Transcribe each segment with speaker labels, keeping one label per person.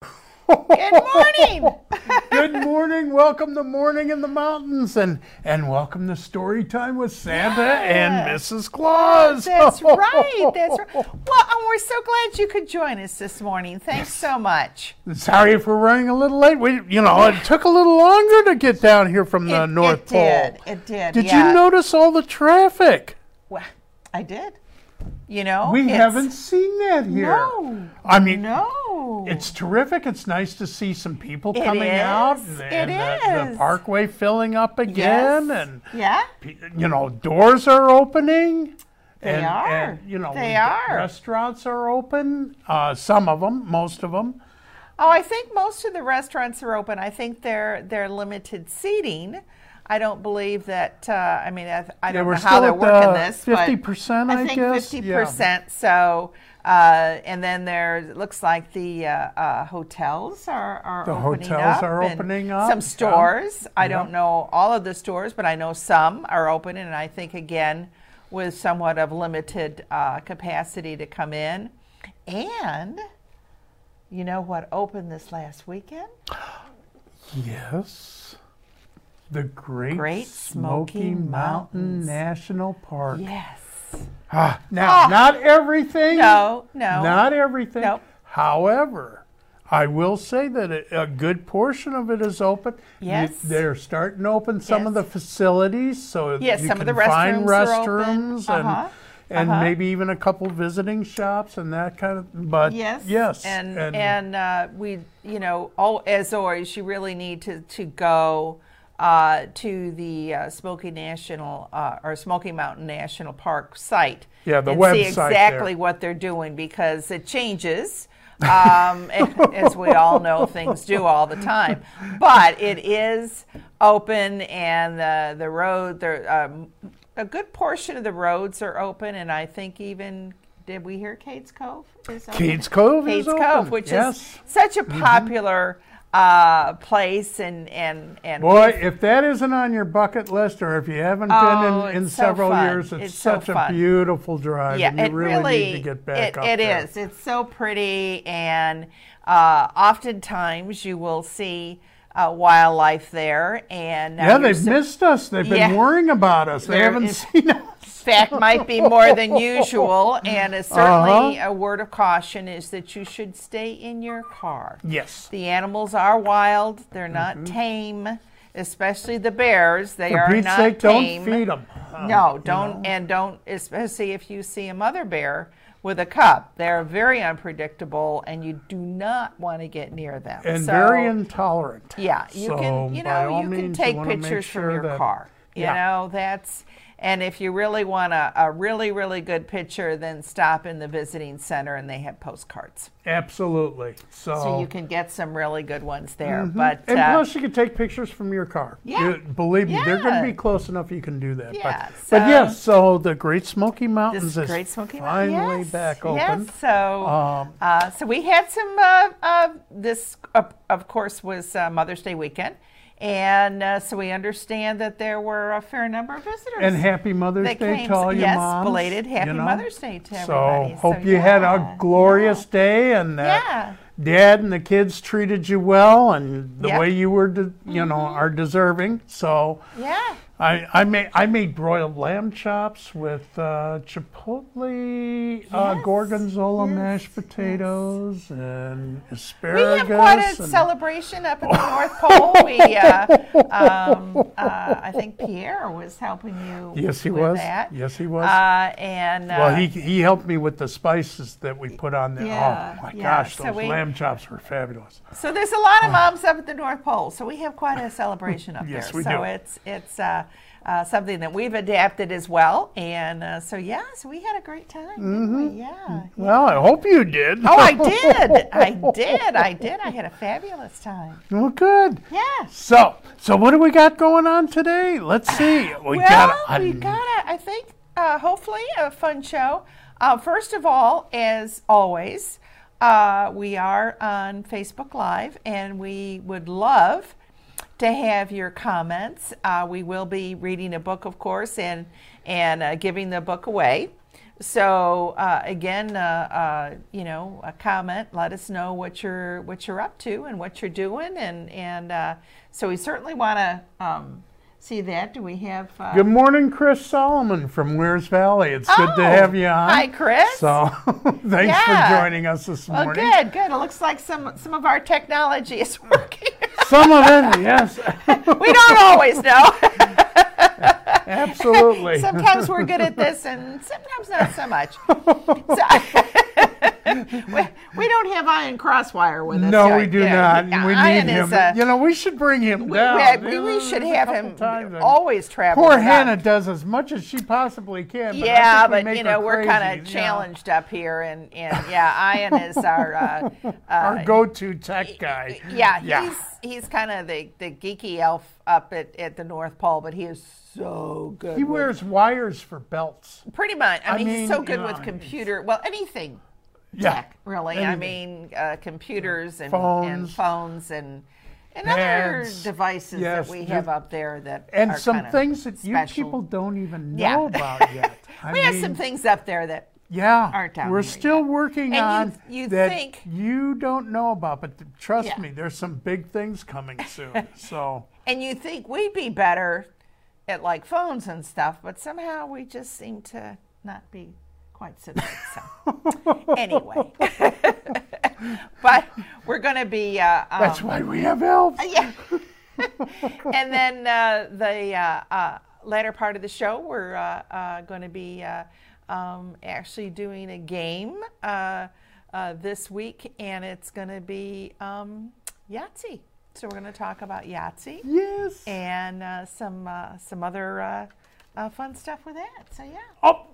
Speaker 1: Good morning.
Speaker 2: Good morning. Welcome to Morning in the Mountains and and welcome to Story Time with Santa and
Speaker 1: Yes.
Speaker 2: Mrs. Claus.
Speaker 1: That's right. That's right. Well, and we're so glad you could join us this morning. Thanks so much.
Speaker 2: Sorry for running a little late. We, you know, it took a little longer to get down here from the
Speaker 1: it,
Speaker 2: North
Speaker 1: it
Speaker 2: Pole.
Speaker 1: Did. It did.
Speaker 2: Did
Speaker 1: yeah.
Speaker 2: you notice all the traffic?
Speaker 1: Well, I did. You know,
Speaker 2: We
Speaker 1: it's-
Speaker 2: haven't seen that here.
Speaker 1: No.
Speaker 2: I mean,
Speaker 1: No.
Speaker 2: It's terrific. It's nice to see some people
Speaker 1: It
Speaker 2: coming out
Speaker 1: is.
Speaker 2: and,
Speaker 1: It
Speaker 2: and the, the
Speaker 1: is.
Speaker 2: parkway filling up
Speaker 1: Yes.
Speaker 2: again and
Speaker 1: yeah.
Speaker 2: pe- you know, doors are opening.
Speaker 1: They
Speaker 2: and,
Speaker 1: are.
Speaker 2: and, you know,
Speaker 1: They
Speaker 2: we've got-
Speaker 1: are.
Speaker 2: Restaurants are open. Uh, some of them, most of them.
Speaker 1: Oh, I think most of the restaurants are open. I think they're they're limited seating. I don't believe that. Uh, I mean, I, I
Speaker 2: They
Speaker 1: don't
Speaker 2: were
Speaker 1: know how
Speaker 2: still
Speaker 1: they're
Speaker 2: at
Speaker 1: working
Speaker 2: the
Speaker 1: this. but
Speaker 2: 50%, I
Speaker 1: think
Speaker 2: guess.
Speaker 1: fifty
Speaker 2: Yeah.
Speaker 1: percent. So, uh, and then there it looks like the uh, uh, hotels are are
Speaker 2: The
Speaker 1: opening
Speaker 2: hotels
Speaker 1: up
Speaker 2: are
Speaker 1: and
Speaker 2: opening up,
Speaker 1: Some
Speaker 2: yeah.
Speaker 1: stores. I don't know all of the stores, but I know some are open, and I think again with somewhat of limited uh, capacity to come in, and. You know what opened this last weekend?
Speaker 2: Yes. The Great,
Speaker 1: Great
Speaker 2: Smoky,
Speaker 1: Smoky
Speaker 2: Mountain
Speaker 1: Mountains.
Speaker 2: National Park.
Speaker 1: Yes.
Speaker 2: Ah, now,
Speaker 1: Ah.
Speaker 2: not everything.
Speaker 1: No, no.
Speaker 2: Not everything.
Speaker 1: Nope.
Speaker 2: However, I will say that a, a good portion of it is open. You-
Speaker 1: Yes.
Speaker 2: they're starting to open some of the
Speaker 1: Yes.
Speaker 2: facilities, so
Speaker 1: Yes,
Speaker 2: you
Speaker 1: some
Speaker 2: can
Speaker 1: of the
Speaker 2: find
Speaker 1: restrooms are open.
Speaker 2: restrooms and
Speaker 1: Uh-huh,
Speaker 2: and
Speaker 1: uh-huh.
Speaker 2: maybe even a couple visiting shops and that kind of. But
Speaker 1: Yes.
Speaker 2: yes,
Speaker 1: And and, uh, we, you know, all as always, you really need to to go uh, to the uh, Smoky National uh, or Smoky Mountain National Park site.
Speaker 2: Yeah, the
Speaker 1: and see
Speaker 2: website there.
Speaker 1: exactly what they're doing because it changes. um, as we all know, things do all the time. But it is open, and the the road, there, um, a good portion of the roads are open, and I think even did we hear Kate's Cove is open?
Speaker 2: Cades Cove is
Speaker 1: Kate's
Speaker 2: open.
Speaker 1: Cove, which
Speaker 2: yes. Mm-hmm.
Speaker 1: is such a popular uh, place, and and and
Speaker 2: Boy, if that isn't on your bucket list, or if you haven't
Speaker 1: Oh,
Speaker 2: been in, in
Speaker 1: it's so
Speaker 2: several
Speaker 1: fun.
Speaker 2: years, it's,
Speaker 1: It's so
Speaker 2: such a
Speaker 1: fun.
Speaker 2: beautiful drive.
Speaker 1: yeah,
Speaker 2: and you
Speaker 1: it
Speaker 2: really,
Speaker 1: really,
Speaker 2: need to get back
Speaker 1: it,
Speaker 2: up
Speaker 1: it
Speaker 2: there.
Speaker 1: is. It's so pretty, and uh, oftentimes you will see uh, wildlife there. And now
Speaker 2: Yeah,
Speaker 1: you're
Speaker 2: they've
Speaker 1: sup-
Speaker 2: missed us. They've been
Speaker 1: Yeah.
Speaker 2: worrying about us. They
Speaker 1: There
Speaker 2: haven't
Speaker 1: is-
Speaker 2: seen us.
Speaker 1: fact might be more than usual, and is
Speaker 2: Uh-huh.
Speaker 1: certainly a word of caution is that you should stay in your car.
Speaker 2: Yes.
Speaker 1: The animals are wild; they're not tame, especially the bears. They
Speaker 2: Mm-hmm. For
Speaker 1: are
Speaker 2: Pete's
Speaker 1: not
Speaker 2: sake,
Speaker 1: tame. Uh,
Speaker 2: don't feed them.
Speaker 1: No, don't and don't especially if you see a mother bear with a cub. They're very unpredictable and you do not want to get near them.
Speaker 2: And
Speaker 1: So,
Speaker 2: very intolerant.
Speaker 1: Yeah, you
Speaker 2: So
Speaker 1: can you
Speaker 2: by
Speaker 1: know,
Speaker 2: all
Speaker 1: you can
Speaker 2: means,
Speaker 1: take
Speaker 2: wanna make
Speaker 1: pictures
Speaker 2: sure
Speaker 1: from your
Speaker 2: that-
Speaker 1: car. You
Speaker 2: Yeah.
Speaker 1: know, that's and if you really want a, a really, really good picture, then stop in the visiting center and they have postcards.
Speaker 2: Absolutely. So,
Speaker 1: So you can get some really good ones there. But
Speaker 2: Oh. Mm-hmm. And
Speaker 1: uh,
Speaker 2: plus, you can take pictures from your car.
Speaker 1: Yeah.
Speaker 2: You- believe me, they're going to
Speaker 1: Yeah.
Speaker 2: be close enough you can do that.
Speaker 1: Yeah,
Speaker 2: but, but
Speaker 1: so-
Speaker 2: yes, so the Great Smoky Mountains
Speaker 1: This
Speaker 2: is
Speaker 1: Great Smoky Mountain.
Speaker 2: finally
Speaker 1: Yes,
Speaker 2: back open.
Speaker 1: Yes. So,
Speaker 2: Um,
Speaker 1: uh, so we had some. Uh, uh, this, of of course, was uh, Mother's Day weekend, and uh, so we understand that there were a fair number of visitors.
Speaker 2: And happy Mother's
Speaker 1: That
Speaker 2: Day
Speaker 1: came-
Speaker 2: to all your
Speaker 1: yes,
Speaker 2: moms.
Speaker 1: belated Happy
Speaker 2: you know?
Speaker 1: Mother's Day to
Speaker 2: So
Speaker 1: everybody.
Speaker 2: hope
Speaker 1: So,
Speaker 2: you had
Speaker 1: yeah,
Speaker 2: a glorious day and that
Speaker 1: Yeah.
Speaker 2: Dad and the kids treated you well and the
Speaker 1: Yeah.
Speaker 2: way you were, de- you know,
Speaker 1: Mm-hmm.
Speaker 2: are deserving. So
Speaker 1: yeah.
Speaker 2: I, I made I made broiled lamb chops with uh, chipotle, uh,
Speaker 1: Yes,
Speaker 2: gorgonzola
Speaker 1: yes,
Speaker 2: mashed potatoes, and
Speaker 1: We
Speaker 2: asparagus.
Speaker 1: have quite a
Speaker 2: and-
Speaker 1: celebration up at the North Pole. We, uh, um, uh, I think Pierre was helping you.
Speaker 2: Yes, he
Speaker 1: with
Speaker 2: was.
Speaker 1: That.
Speaker 2: Yes, he was.
Speaker 1: Uh, and uh,
Speaker 2: well, he, he helped me with the spices that we put on there.
Speaker 1: Yeah,
Speaker 2: oh my
Speaker 1: yeah.
Speaker 2: gosh,
Speaker 1: So
Speaker 2: those
Speaker 1: we-
Speaker 2: lamb chops were fabulous.
Speaker 1: So there's a lot of moms up at the North Pole. So we have quite a celebration up
Speaker 2: Oh. Yes,
Speaker 1: there.
Speaker 2: we
Speaker 1: so
Speaker 2: do.
Speaker 1: it's it's uh, uh, something that we've adapted as well. And uh, so yeah, so we had a great time. Didn't
Speaker 2: Mm-hmm.
Speaker 1: we? Yeah.
Speaker 2: Well, I hope you did.
Speaker 1: Oh, I did. I did. I did. I had a fabulous time.
Speaker 2: Well, good.
Speaker 1: Yes.
Speaker 2: So, so what do we got going on today? Let's see. We
Speaker 1: well,
Speaker 2: a-
Speaker 1: we got a, I think, uh, hopefully, a fun show. Uh, first of all, as always, uh, we are on Facebook Live, and we would love to have your comments. Uh, we will be reading a book, of course, and and uh, giving the book away. so uh, again, uh, uh, you know, a comment. Let us know what you're what you're up to and what you're doing, and and uh, so we certainly want to um, see that. Do we have? Uh,
Speaker 2: Good morning, Chris Solomon from Weir's Valley. It's good to
Speaker 1: Oh,
Speaker 2: have you on.
Speaker 1: hi, Chris.
Speaker 2: So thanks
Speaker 1: Yeah.
Speaker 2: for joining us this
Speaker 1: well,
Speaker 2: morning.
Speaker 1: Oh, good, good. It looks like some some of our technology is working.
Speaker 2: Some of it, yes,
Speaker 1: we don't always know.
Speaker 2: absolutely.
Speaker 1: sometimes we're good at this and sometimes not so much. So- we, we don't have iron crosswire with us.
Speaker 2: No,
Speaker 1: so,
Speaker 2: we do
Speaker 1: you know,
Speaker 2: not.
Speaker 1: yeah,
Speaker 2: we
Speaker 1: iron
Speaker 2: need
Speaker 1: is
Speaker 2: him.
Speaker 1: a-
Speaker 2: you know, we should bring him down.
Speaker 1: yeah, we,
Speaker 2: You know,
Speaker 1: we should
Speaker 2: there's a
Speaker 1: have
Speaker 2: couple
Speaker 1: him
Speaker 2: times I-
Speaker 1: always travel.
Speaker 2: Poor
Speaker 1: with us.
Speaker 2: Hannah does as much as she possibly can. But
Speaker 1: Yeah,
Speaker 2: I think we
Speaker 1: but
Speaker 2: make
Speaker 1: you
Speaker 2: her
Speaker 1: know we're kind
Speaker 2: crazy,
Speaker 1: of
Speaker 2: yeah.
Speaker 1: challenged up here, and and yeah, Ian is our uh, uh,
Speaker 2: Our go-to tech guy.
Speaker 1: yeah,
Speaker 2: yeah.
Speaker 1: he's he's kind of the, the geeky elf up at, at the North Pole, but he is so good.
Speaker 2: he
Speaker 1: with-
Speaker 2: wears wires for belts.
Speaker 1: pretty much. I,
Speaker 2: I
Speaker 1: mean,
Speaker 2: mean,
Speaker 1: he's so
Speaker 2: you
Speaker 1: good
Speaker 2: know,
Speaker 1: with
Speaker 2: it's-
Speaker 1: computer. Well, anything
Speaker 2: Yeah.
Speaker 1: tech, really. I
Speaker 2: Anything.
Speaker 1: mean, uh, computers and and
Speaker 2: Phones.
Speaker 1: phones and and
Speaker 2: Pads.
Speaker 1: other devices
Speaker 2: Yes,
Speaker 1: that we
Speaker 2: just-
Speaker 1: have up there that
Speaker 2: and
Speaker 1: are
Speaker 2: some
Speaker 1: kinda
Speaker 2: things that you
Speaker 1: special.
Speaker 2: people don't even know
Speaker 1: Yeah.
Speaker 2: about yet. I
Speaker 1: we have some
Speaker 2: mean,
Speaker 1: things up there that
Speaker 2: yeah,
Speaker 1: aren't down
Speaker 2: we're
Speaker 1: here
Speaker 2: still
Speaker 1: yet.
Speaker 2: working
Speaker 1: And
Speaker 2: on
Speaker 1: you- you
Speaker 2: that
Speaker 1: think-
Speaker 2: you don't know about, but th- trust
Speaker 1: Yeah. Um,
Speaker 2: me, there's some big things coming soon. so
Speaker 1: And you think we'd be better at like phones and stuff, but somehow we just seem to not be quite so good. So anyway, but we're going to be. Uh, um,
Speaker 2: that's why we have elves.
Speaker 1: yeah. and then uh, the uh, uh, latter part of the show, we're uh, uh, going to be uh, um, actually doing a game uh, uh, this week, and it's going to be um, Yahtzee. So we're going to talk about Yahtzee
Speaker 2: yes.
Speaker 1: and uh, some uh, some other uh, uh, fun stuff with that. So yeah.
Speaker 2: Oh,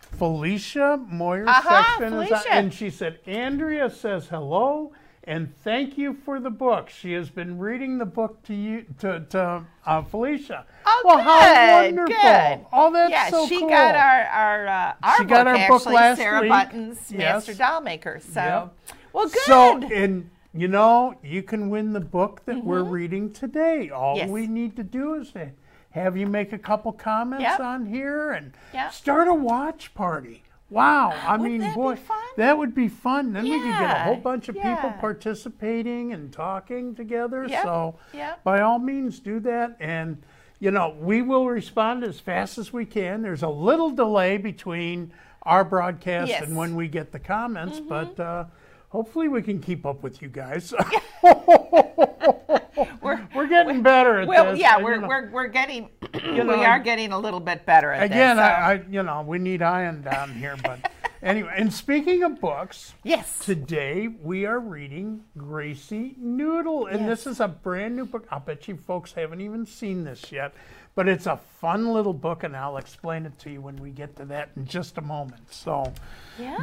Speaker 2: Felicia Moyer
Speaker 1: Uh-huh,
Speaker 2: Sexton is on,
Speaker 1: Felicia.
Speaker 2: and she said Andrea says hello and thank you for the book. She has been reading the book to you to, to uh, Felicia.
Speaker 1: Oh,
Speaker 2: well,
Speaker 1: good.
Speaker 2: how wonderful!
Speaker 1: Good.
Speaker 2: Oh, that's
Speaker 1: yeah,
Speaker 2: so
Speaker 1: she
Speaker 2: cool.
Speaker 1: got our our uh, our
Speaker 2: She
Speaker 1: book,
Speaker 2: got our book
Speaker 1: actually,
Speaker 2: last
Speaker 1: Sarah
Speaker 2: week.
Speaker 1: Button's
Speaker 2: Yes.
Speaker 1: Master Dollmaker. So,
Speaker 2: Yep.
Speaker 1: well, good. Mm-hmm.
Speaker 2: So, and you know, you can win the book that we're reading today. All
Speaker 1: Yes.
Speaker 2: we need to do is to have you make a couple comments
Speaker 1: Yep.
Speaker 2: on here and
Speaker 1: Yep.
Speaker 2: start a watch party. Wow, I
Speaker 1: Wouldn't
Speaker 2: mean,
Speaker 1: that be
Speaker 2: boy,
Speaker 1: fun?
Speaker 2: that would be fun. Then we could get a
Speaker 1: Yeah,
Speaker 2: whole bunch of people
Speaker 1: yeah.
Speaker 2: participating and talking together.
Speaker 1: Yep,
Speaker 2: So,
Speaker 1: yep.
Speaker 2: by all means, do that. And, you know, we will respond as fast as we can. There's a little delay between our broadcast
Speaker 1: Yes. Mm-hmm.
Speaker 2: and when we get the comments, but uh, hopefully we can keep up with you guys.
Speaker 1: we're
Speaker 2: we're getting better at
Speaker 1: well,
Speaker 2: this.
Speaker 1: yeah,
Speaker 2: you
Speaker 1: we're,
Speaker 2: know.
Speaker 1: we're we're getting
Speaker 2: know,
Speaker 1: we are getting a little bit better at
Speaker 2: again.
Speaker 1: this. so-
Speaker 2: I, I, you know, we need iron down here, but anyway. And speaking of books,
Speaker 1: yes,
Speaker 2: Today we are reading Gracie Noodle, and this is a brand new book. I bet you folks haven't even seen this yet, but it's a fun little book, and I'll explain it to you when we get to that in just a moment. So,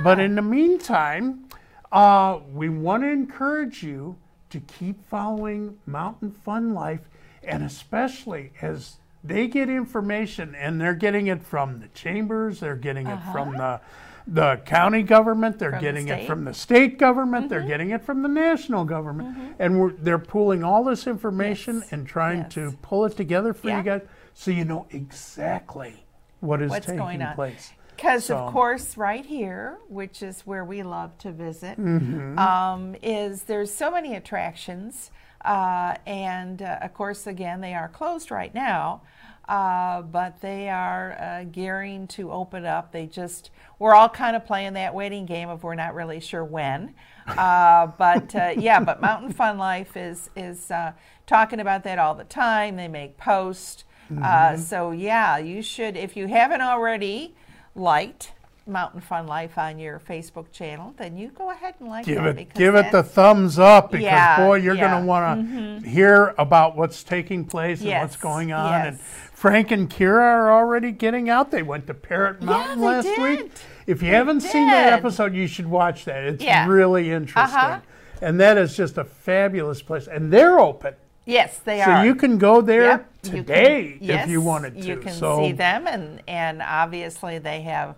Speaker 2: but in the meantime, uh, we want to encourage you to keep following Mountain Fun Life, and especially as they get information and they're getting it from the chambers, they're getting it from the the county government, they're
Speaker 1: the
Speaker 2: getting it
Speaker 1: state.
Speaker 2: from the state government, they're
Speaker 1: Mm-hmm.
Speaker 2: getting it from the national government, and we're, they're pooling all this information and trying to
Speaker 1: Yes.
Speaker 2: pull it together for you
Speaker 1: Yeah.
Speaker 2: guys so you know exactly what is
Speaker 1: What's
Speaker 2: taking
Speaker 1: going on.
Speaker 2: place.
Speaker 1: Because
Speaker 2: So-
Speaker 1: of course, right here, which is where we love to visit, um, is there's so many attractions, uh, and uh, of course, again, they are closed right now, uh, but they are uh, gearing to open up. They just we're all kind of playing that waiting game of we're not really sure when, uh, but uh, yeah, but Mountain Fun Life is is uh, talking about that all the time. They make posts. Uh, so yeah, you should if you haven't already liked Mountain Fun Life on your Facebook channel, then you go ahead and like
Speaker 2: Give
Speaker 1: that
Speaker 2: it,
Speaker 1: because
Speaker 2: give it the
Speaker 1: that's-
Speaker 2: thumbs up because
Speaker 1: Yeah,
Speaker 2: boy, you're
Speaker 1: yeah. Mm-hmm.
Speaker 2: going to want to hear about what's taking place and what's
Speaker 1: Yes,
Speaker 2: going on. And
Speaker 1: yes.
Speaker 2: Frank and Kira are already getting out. They went to Parrot Mountain
Speaker 1: they
Speaker 2: last week.
Speaker 1: did.
Speaker 2: If you haven't seen that
Speaker 1: did.
Speaker 2: episode, you should watch that. It's
Speaker 1: Yeah. Uh-huh.
Speaker 2: really interesting, and that is just a fabulous place. And they're open,
Speaker 1: yes, they
Speaker 2: so
Speaker 1: are.
Speaker 2: you can go there
Speaker 1: Yep, you can-
Speaker 2: today if
Speaker 1: yes,
Speaker 2: you wanted to.
Speaker 1: You can
Speaker 2: so
Speaker 1: see them, and and obviously they have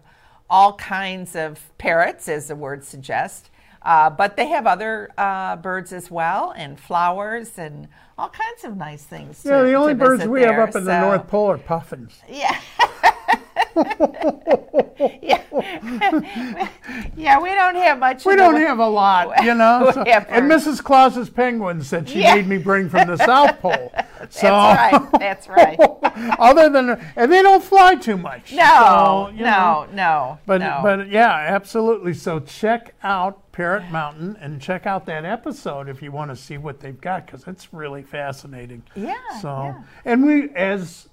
Speaker 1: all kinds of parrots, as the word suggests. Uh, but they have other uh, birds as well, and flowers, and all kinds of nice things. To,
Speaker 2: yeah, the
Speaker 1: to
Speaker 2: only birds
Speaker 1: visit
Speaker 2: we have
Speaker 1: there,
Speaker 2: up in the
Speaker 1: so-
Speaker 2: North Pole are puffins.
Speaker 1: Yeah. yeah. yeah, we don't have much.
Speaker 2: We
Speaker 1: of the-
Speaker 2: don't have a lot, you know.
Speaker 1: We
Speaker 2: so-
Speaker 1: have
Speaker 2: and
Speaker 1: her.
Speaker 2: Mrs. Claus's penguins that she
Speaker 1: Yeah.
Speaker 2: made me bring from the South Pole.
Speaker 1: That's
Speaker 2: So,
Speaker 1: right. That's right.
Speaker 2: other than, and they don't fly too much.
Speaker 1: No,
Speaker 2: so, you know.
Speaker 1: no, no,
Speaker 2: But
Speaker 1: no.
Speaker 2: but yeah, absolutely. So check out Parrot Mountain and check out that episode if you want to see what they've got because it's really fascinating.
Speaker 1: Yeah,
Speaker 2: So
Speaker 1: yeah.
Speaker 2: and we as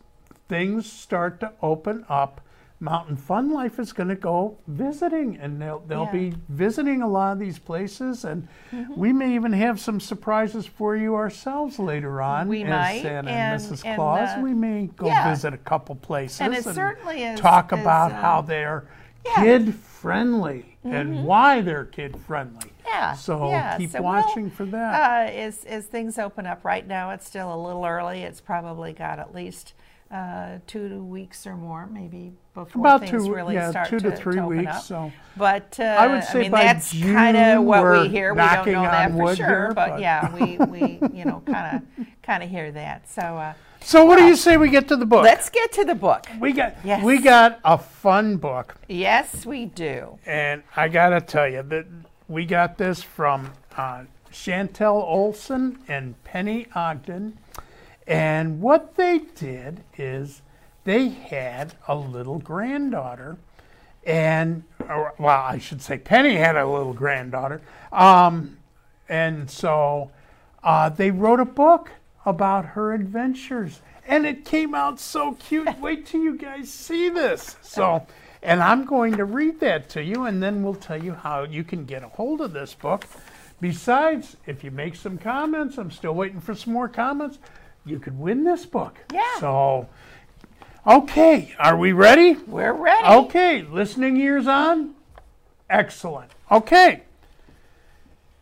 Speaker 2: things start to open up, Mountain Fun Life is going to go visiting and they'll they'll
Speaker 1: Yeah. Mm-hmm.
Speaker 2: be visiting a lot of these places and we may even have some surprises for you ourselves later on.
Speaker 1: We
Speaker 2: as
Speaker 1: might,
Speaker 2: Santa
Speaker 1: and-
Speaker 2: and, Mrs.
Speaker 1: and,
Speaker 2: Claus,
Speaker 1: uh,
Speaker 2: we may go
Speaker 1: yeah.
Speaker 2: visit a couple places
Speaker 1: And it certainly is-
Speaker 2: talk
Speaker 1: is,
Speaker 2: about
Speaker 1: uh,
Speaker 2: how they're
Speaker 1: Yeah. Mm-hmm.
Speaker 2: kid friendly and why they're kid friendly.
Speaker 1: Yeah.
Speaker 2: So
Speaker 1: yeah.
Speaker 2: keep
Speaker 1: So we'll-
Speaker 2: watching for that.
Speaker 1: Uh, as, as things open up right now, it's still a little early. It's probably got at least uh, two weeks or more, maybe before
Speaker 2: About
Speaker 1: things
Speaker 2: two,
Speaker 1: really
Speaker 2: yeah,
Speaker 1: start
Speaker 2: two to, three
Speaker 1: open
Speaker 2: weeks.
Speaker 1: up.
Speaker 2: So
Speaker 1: But uh,
Speaker 2: I would say
Speaker 1: mean,
Speaker 2: by
Speaker 1: that's
Speaker 2: June,
Speaker 1: kind of what
Speaker 2: we're
Speaker 1: we hear. We don't
Speaker 2: knocking
Speaker 1: know that
Speaker 2: on
Speaker 1: for
Speaker 2: wood
Speaker 1: sure,
Speaker 2: here,
Speaker 1: but,
Speaker 2: but-
Speaker 1: yeah, we, we you know kind of kind of hear that. So uh,
Speaker 2: so what do you say we get to the book?
Speaker 1: let's get to the book.
Speaker 2: we got
Speaker 1: Yes.
Speaker 2: we got a fun book,
Speaker 1: Yes, we do.
Speaker 2: and I gotta tell you that we got this from uh, Chantel Olson and Penny Ogden, and what they did is they had a little granddaughter and or, well, I should say Penny had a little granddaughter, um, and so uh, they wrote a book about her adventures, and it came out so cute. Wait till you guys see this. So, and I'm going to read that to you, and then we'll tell you how you can get a hold of this book. Besides, if you make some comments, I'm still waiting for some more comments. You could win this book.
Speaker 1: Yeah.
Speaker 2: So, okay, are we ready?
Speaker 1: We're ready.
Speaker 2: Okay, listening ears on? Excellent. Okay.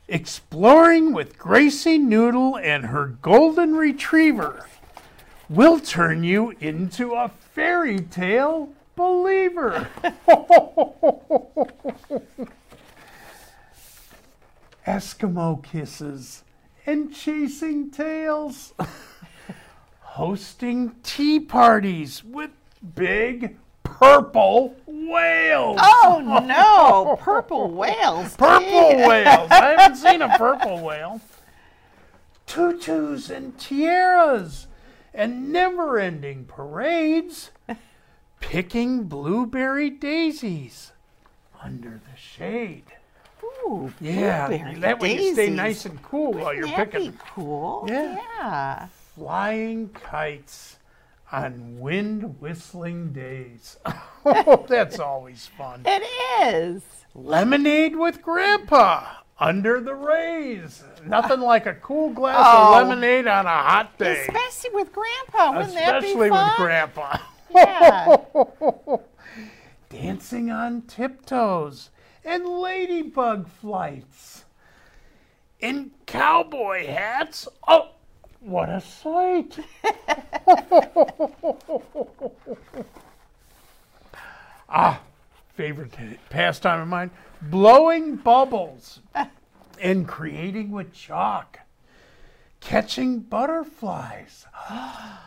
Speaker 2: Exploring with Gracie Noodle and her golden retriever will turn you into a fairy tale believer. Eskimo kisses and chasing tails hosting tea parties with big purple whales.
Speaker 1: Oh no, purple whales.
Speaker 2: Purple whales. I haven't seen a purple whale. Tutus and tiaras and never ending parades. Picking blueberry daisies under the shade.
Speaker 1: Ooh,
Speaker 2: Yeah,
Speaker 1: blueberry
Speaker 2: that way you stay
Speaker 1: daisies.
Speaker 2: nice and cool while Oh, you're
Speaker 1: That'd
Speaker 2: picking
Speaker 1: be cool.
Speaker 2: Yeah.
Speaker 1: yeah.
Speaker 2: flying kites on wind whistling days. oh, that's always fun.
Speaker 1: It is.
Speaker 2: Lemonade with Grandpa under the rays. Nothing like a cool glass
Speaker 1: Oh.
Speaker 2: of lemonade on a hot day,
Speaker 1: Especially with Grandpa. Wouldn't
Speaker 2: especially
Speaker 1: that be
Speaker 2: with
Speaker 1: fun?
Speaker 2: Grandpa.
Speaker 1: Yeah.
Speaker 2: Dancing on tiptoes and ladybug flights. In cowboy hats. Oh, what a sight! Ah, favorite pastime of mine blowing bubbles and creating with chalk, catching butterflies on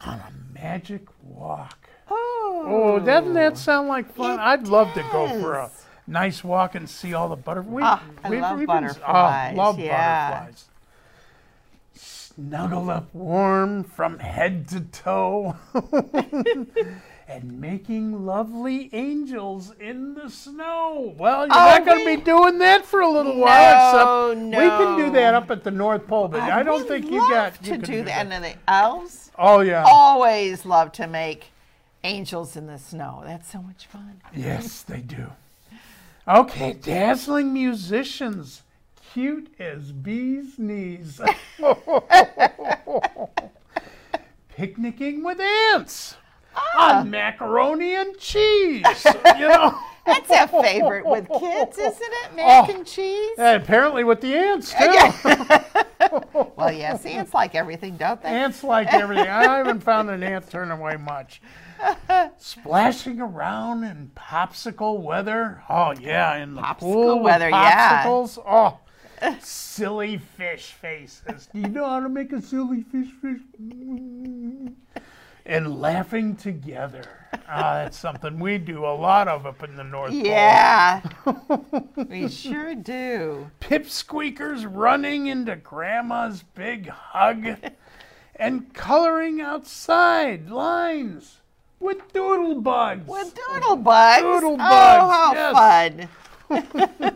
Speaker 2: a magic walk.
Speaker 1: oh,
Speaker 2: Oh, doesn't that sound like fun?
Speaker 1: It
Speaker 2: I'd love to go for a
Speaker 1: does.
Speaker 2: nice walk and see all the butterflies.
Speaker 1: Ah, I love butterflies,
Speaker 2: ah, love
Speaker 1: yeah.
Speaker 2: butterflies. Snuggled up warm from head to toe and making lovely angels in the snow. Well, you're
Speaker 1: Oh,
Speaker 2: not going
Speaker 1: we-
Speaker 2: to be doing that for a little while. Except
Speaker 1: No,
Speaker 2: we can do that
Speaker 1: no.
Speaker 2: up at the North Pole, but I,
Speaker 1: would
Speaker 2: don't think you
Speaker 1: love
Speaker 2: got
Speaker 1: to
Speaker 2: you can
Speaker 1: do that. And then the elves
Speaker 2: Oh yeah.
Speaker 1: always love to make angels in the snow. That's so much fun.
Speaker 2: Yes, they do. Okay, dazzling musicians, cute as bees' knees. Picnicking with ants on macaroni and cheese. You know,
Speaker 1: That's a favorite with kids, isn't it? Mac
Speaker 2: Oh.
Speaker 1: and cheese.
Speaker 2: and apparently with the ants too.
Speaker 1: Well, yes, ants like everything, don't they?
Speaker 2: Ants like everything. I haven't found an ant turn away much. Splashing around in popsicle weather. Oh yeah, in the pool
Speaker 1: Popsicle weather,
Speaker 2: with
Speaker 1: yeah.
Speaker 2: popsicles. Oh, silly fish faces. Do you know how to make a silly fish face? and laughing together. Ah, that's something we do a lot of up in the North Pole.
Speaker 1: Yeah. we sure do.
Speaker 2: Pipsqueakers running into Grandma's big hug and coloring outside lines with doodle bugs.
Speaker 1: With doodle bugs.
Speaker 2: Doodle
Speaker 1: oh,
Speaker 2: bugs,
Speaker 1: how
Speaker 2: yes.
Speaker 1: fun.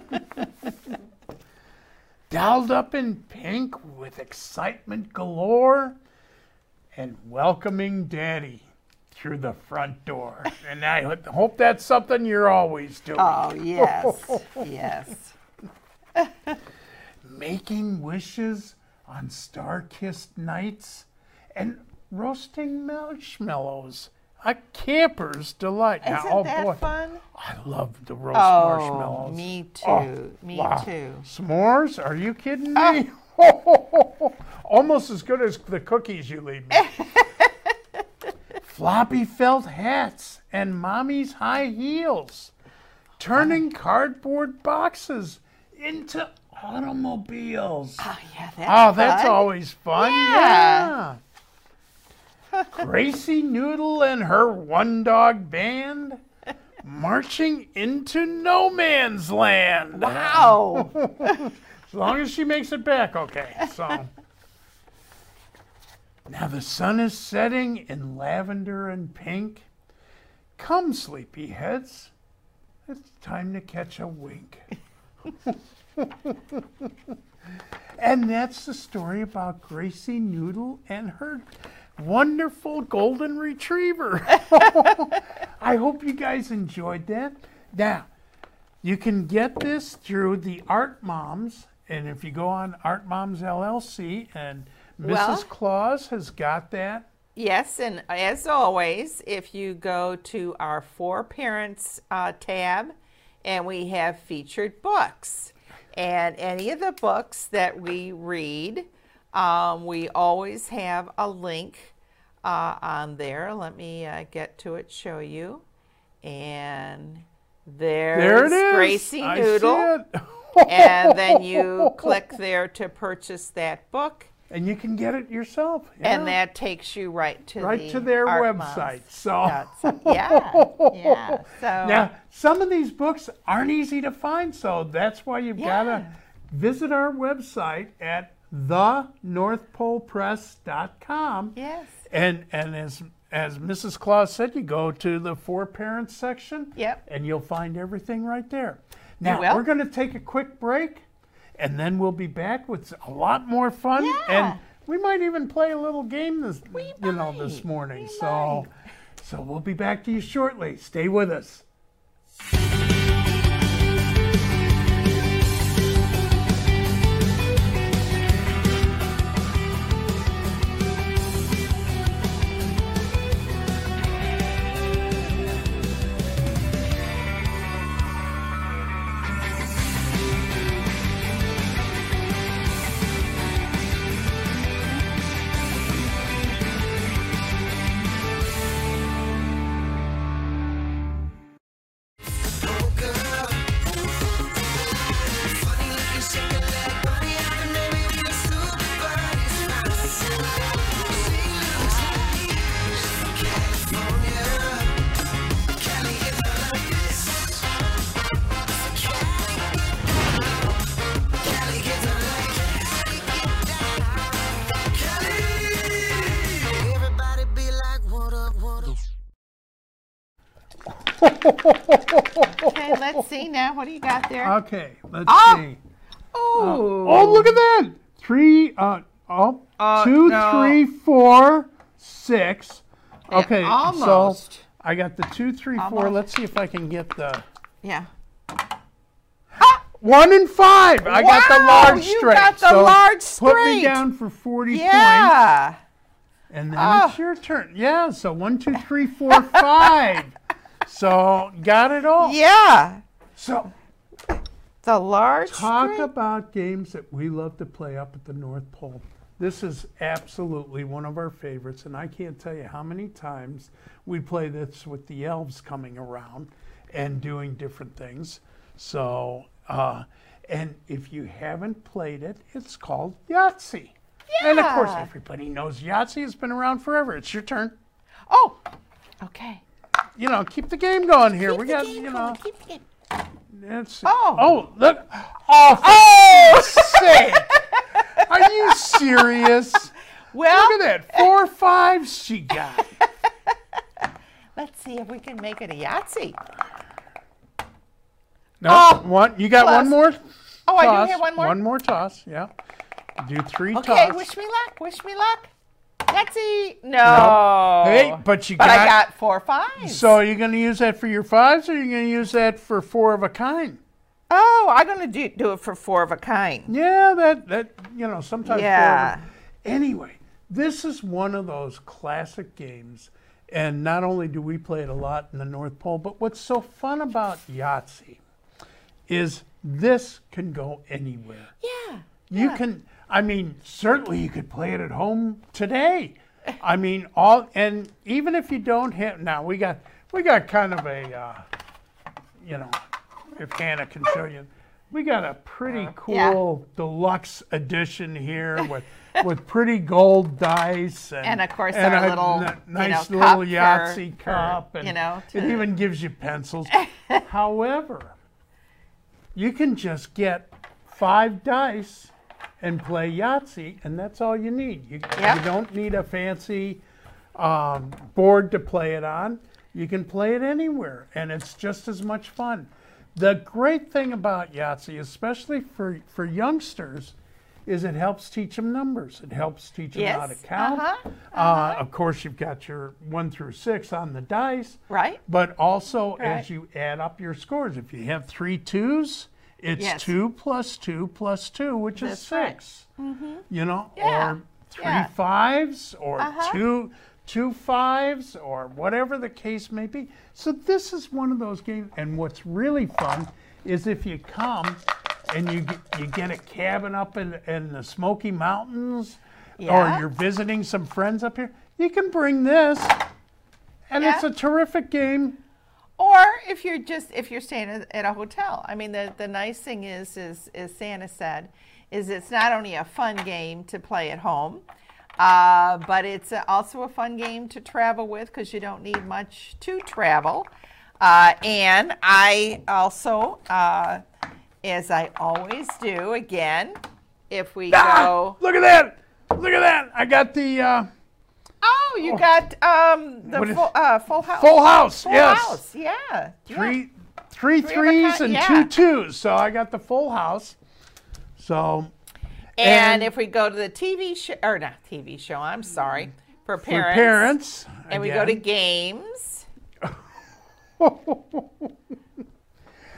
Speaker 2: dolled up in pink with excitement galore and welcoming daddy through the front door. and I ho- hope that's something you're always doing.
Speaker 1: Oh, yes. yes.
Speaker 2: Making wishes on star kissed nights and roasting marshmallows. A camper's delight. Now,
Speaker 1: Isn't
Speaker 2: oh
Speaker 1: that
Speaker 2: boy,
Speaker 1: fun?
Speaker 2: I love the roast
Speaker 1: Oh,
Speaker 2: marshmallows. Oh,
Speaker 1: me too. me
Speaker 2: Wow.
Speaker 1: too.
Speaker 2: S'mores? Are you kidding
Speaker 1: Ah.
Speaker 2: me? Almost as good as the cookies you leave me. Floppy felt hats and mommy's high heels. Turning cardboard boxes into automobiles.
Speaker 1: Oh, yeah, that's
Speaker 2: Oh, that's
Speaker 1: fun.
Speaker 2: always fun.
Speaker 1: Yeah.
Speaker 2: yeah. Gracie Noodle and her one dog band marching into no man's land.
Speaker 1: Wow.
Speaker 2: As long as she makes it back, okay. So now the sun is setting in lavender and pink. Come, sleepyheads. It's time to catch a wink. and that's the story about Gracie Noodle and her wonderful golden retriever. I hope you guys enjoyed that. Now, you can get this through the Art Moms, and if you go on Art Moms LLC, and Mrs.
Speaker 1: Well-
Speaker 2: Claus has got that.
Speaker 1: Yes, and as always, if you go to our For Parents uh, tab, and we have featured books, and any of the books that we read, um, we always have a link uh, on there. Let me uh, get to it, show you, and there's
Speaker 2: There it is.
Speaker 1: Gracie
Speaker 2: I see
Speaker 1: Noodle,
Speaker 2: it.
Speaker 1: and then you click there to purchase that book.
Speaker 2: and you can get it yourself.
Speaker 1: And
Speaker 2: yeah.
Speaker 1: that takes you right to
Speaker 2: right
Speaker 1: the
Speaker 2: to their
Speaker 1: Art Moms.
Speaker 2: website. So
Speaker 1: That's- yeah, yeah. So
Speaker 2: now some of these books aren't easy to find, so that's why you've got
Speaker 1: Yeah.
Speaker 2: to visit our website at thenorthpolepress.com.
Speaker 1: yes,
Speaker 2: And and as as Mrs. Claus said, you go to the for parents section.
Speaker 1: Yep.
Speaker 2: And you'll find everything right there. Now
Speaker 1: will.
Speaker 2: we're going to take a quick break, and then we'll be back with a lot more fun.
Speaker 1: Yeah.
Speaker 2: And we might even play a little game this you know this
Speaker 1: might.
Speaker 2: morning. so so we'll be back to you shortly. Stay with us.
Speaker 3: Everybody be like, what up, what up?
Speaker 1: okay. Let's see now. What do you got there?
Speaker 2: Okay, let's
Speaker 1: Oh!
Speaker 2: see.
Speaker 1: oh,
Speaker 2: Uh, Oh, look at that! Three, uh, oh,
Speaker 1: Uh,
Speaker 2: two,
Speaker 1: no.
Speaker 2: three, four, six. Okay, so
Speaker 1: almost.
Speaker 2: I got the two, three, four.
Speaker 1: Almost.
Speaker 2: Let's see if I can get the
Speaker 1: yeah.
Speaker 2: one and five. I got the
Speaker 1: Wow,
Speaker 2: large
Speaker 1: you
Speaker 2: straight.
Speaker 1: got the
Speaker 2: so
Speaker 1: large
Speaker 2: Put me
Speaker 1: straight.
Speaker 2: down for forty points,
Speaker 1: Yeah.
Speaker 2: and then
Speaker 1: Ah.
Speaker 2: it's your turn. Yeah. So one, two, three, four, five. so got it all.
Speaker 1: Yeah.
Speaker 2: So
Speaker 1: The large
Speaker 2: Talk
Speaker 1: string.
Speaker 2: about games that we love to play up at the North Pole. This is absolutely one of our favorites, and I can't tell you how many times we play this with the elves coming around and doing different things. So, uh, and if you haven't played it, it's called Yahtzee. And of course,
Speaker 1: Yeah.
Speaker 2: everybody knows Yahtzee has been around forever. It's your turn.
Speaker 1: Oh, okay.
Speaker 2: You know, keep the game going here.
Speaker 1: Keep
Speaker 2: we
Speaker 1: the
Speaker 2: got,
Speaker 1: game
Speaker 2: you
Speaker 1: going,
Speaker 2: know,
Speaker 1: keep the game-
Speaker 2: it's,
Speaker 1: Oh.
Speaker 2: oh, look. Oh, oh, sick. Are you serious?
Speaker 1: Well, eh.
Speaker 2: Look at that. Four fives she got.
Speaker 1: let's see if we can make it a Yahtzee.
Speaker 2: No,
Speaker 1: Oh,
Speaker 2: one. You got one
Speaker 1: plus.
Speaker 2: more.
Speaker 1: Oh, I do
Speaker 2: toss.
Speaker 1: have one more?
Speaker 2: One more toss. Yeah. Do three
Speaker 1: Okay,
Speaker 2: toss.
Speaker 1: wish me luck. Wish me luck. Yahtzee. No.
Speaker 2: Hey, but you
Speaker 1: But I
Speaker 2: got-
Speaker 1: got four fives.
Speaker 2: So are you going to use that for your fives, or are you going to use that for four of a kind?
Speaker 1: oh, I'm gonna do do it for four of a kind.
Speaker 2: Yeah, that that you know sometimes.
Speaker 1: Yeah.
Speaker 2: Four of a, anyway, this is one of those classic games, and not only do we play it a lot in the North Pole, but what's so fun about Yahtzee is this can go anywhere.
Speaker 1: Yeah.
Speaker 2: You can, I mean, certainly you could play it at home today. I mean, all, and even if you don't have, now we got, we got kind of a, uh, you know, if Hannah can show you, we got a pretty
Speaker 1: Uh-huh. Yeah.
Speaker 2: cool deluxe edition here with, with pretty gold dice. And,
Speaker 1: And of course
Speaker 2: and
Speaker 1: our
Speaker 2: a
Speaker 1: little,
Speaker 2: n-
Speaker 1: you
Speaker 2: nice
Speaker 1: know,
Speaker 2: little
Speaker 1: cup for-
Speaker 2: Yahtzee
Speaker 1: for,
Speaker 2: cup. And
Speaker 1: you know,
Speaker 2: it
Speaker 1: to-
Speaker 2: even gives you pencils. However, you can just get five dice and play Yahtzee, and that's all you need. You,
Speaker 1: Yeah.
Speaker 2: you don't need a fancy um, board to play it on. You can play it anywhere, and it's just as much fun. The great thing about Yahtzee, especially for, for youngsters, is it helps teach them numbers. It helps teach them how to
Speaker 1: Yes,
Speaker 2: count.
Speaker 1: uh-huh,
Speaker 2: Uh, of course, you've got your one through six on the dice.
Speaker 1: Right.
Speaker 2: But also, as
Speaker 1: Right.
Speaker 2: you add up your scores, if you have three twos, it's
Speaker 1: Yes.
Speaker 2: two plus two plus two, which is
Speaker 1: That's right. Mm-hmm.
Speaker 2: six. You know,
Speaker 1: Yeah, Uh-huh.
Speaker 2: or three
Speaker 1: yeah.
Speaker 2: fives, or two two fives, or whatever the case may be. So this is one of those games. And what's really fun is if you come and you get, you get a cabin up in, in the Smoky Mountains, or
Speaker 1: Yeah.
Speaker 2: you're visiting some friends up here, you can bring this. And it's
Speaker 1: Yeah.
Speaker 2: a terrific game.
Speaker 1: Or if you're just if you're staying at at a hotel. I mean, the the nice thing is is is Santa said, is it's not only a fun game to play at home, uh, but it's also a fun game to travel with because you don't need much to travel. Uh, and I also, uh, as I always do, again, if we
Speaker 2: Ah,
Speaker 1: go,
Speaker 2: look at that! Look at that! I got the uh,
Speaker 1: oh, you got um, the
Speaker 2: What is-
Speaker 1: full, uh, full house.
Speaker 2: full house.
Speaker 1: Full
Speaker 2: yes,
Speaker 1: house, yeah. yeah.
Speaker 2: three, three
Speaker 1: of a
Speaker 2: threes
Speaker 1: kind,
Speaker 2: and
Speaker 1: yeah.
Speaker 2: two twos. So I got the full house. So
Speaker 1: And,
Speaker 2: And-
Speaker 1: if we go to the TV show, or not TV show, I'm sorry, for
Speaker 2: for
Speaker 1: parents.
Speaker 2: parents,
Speaker 1: And we go to games.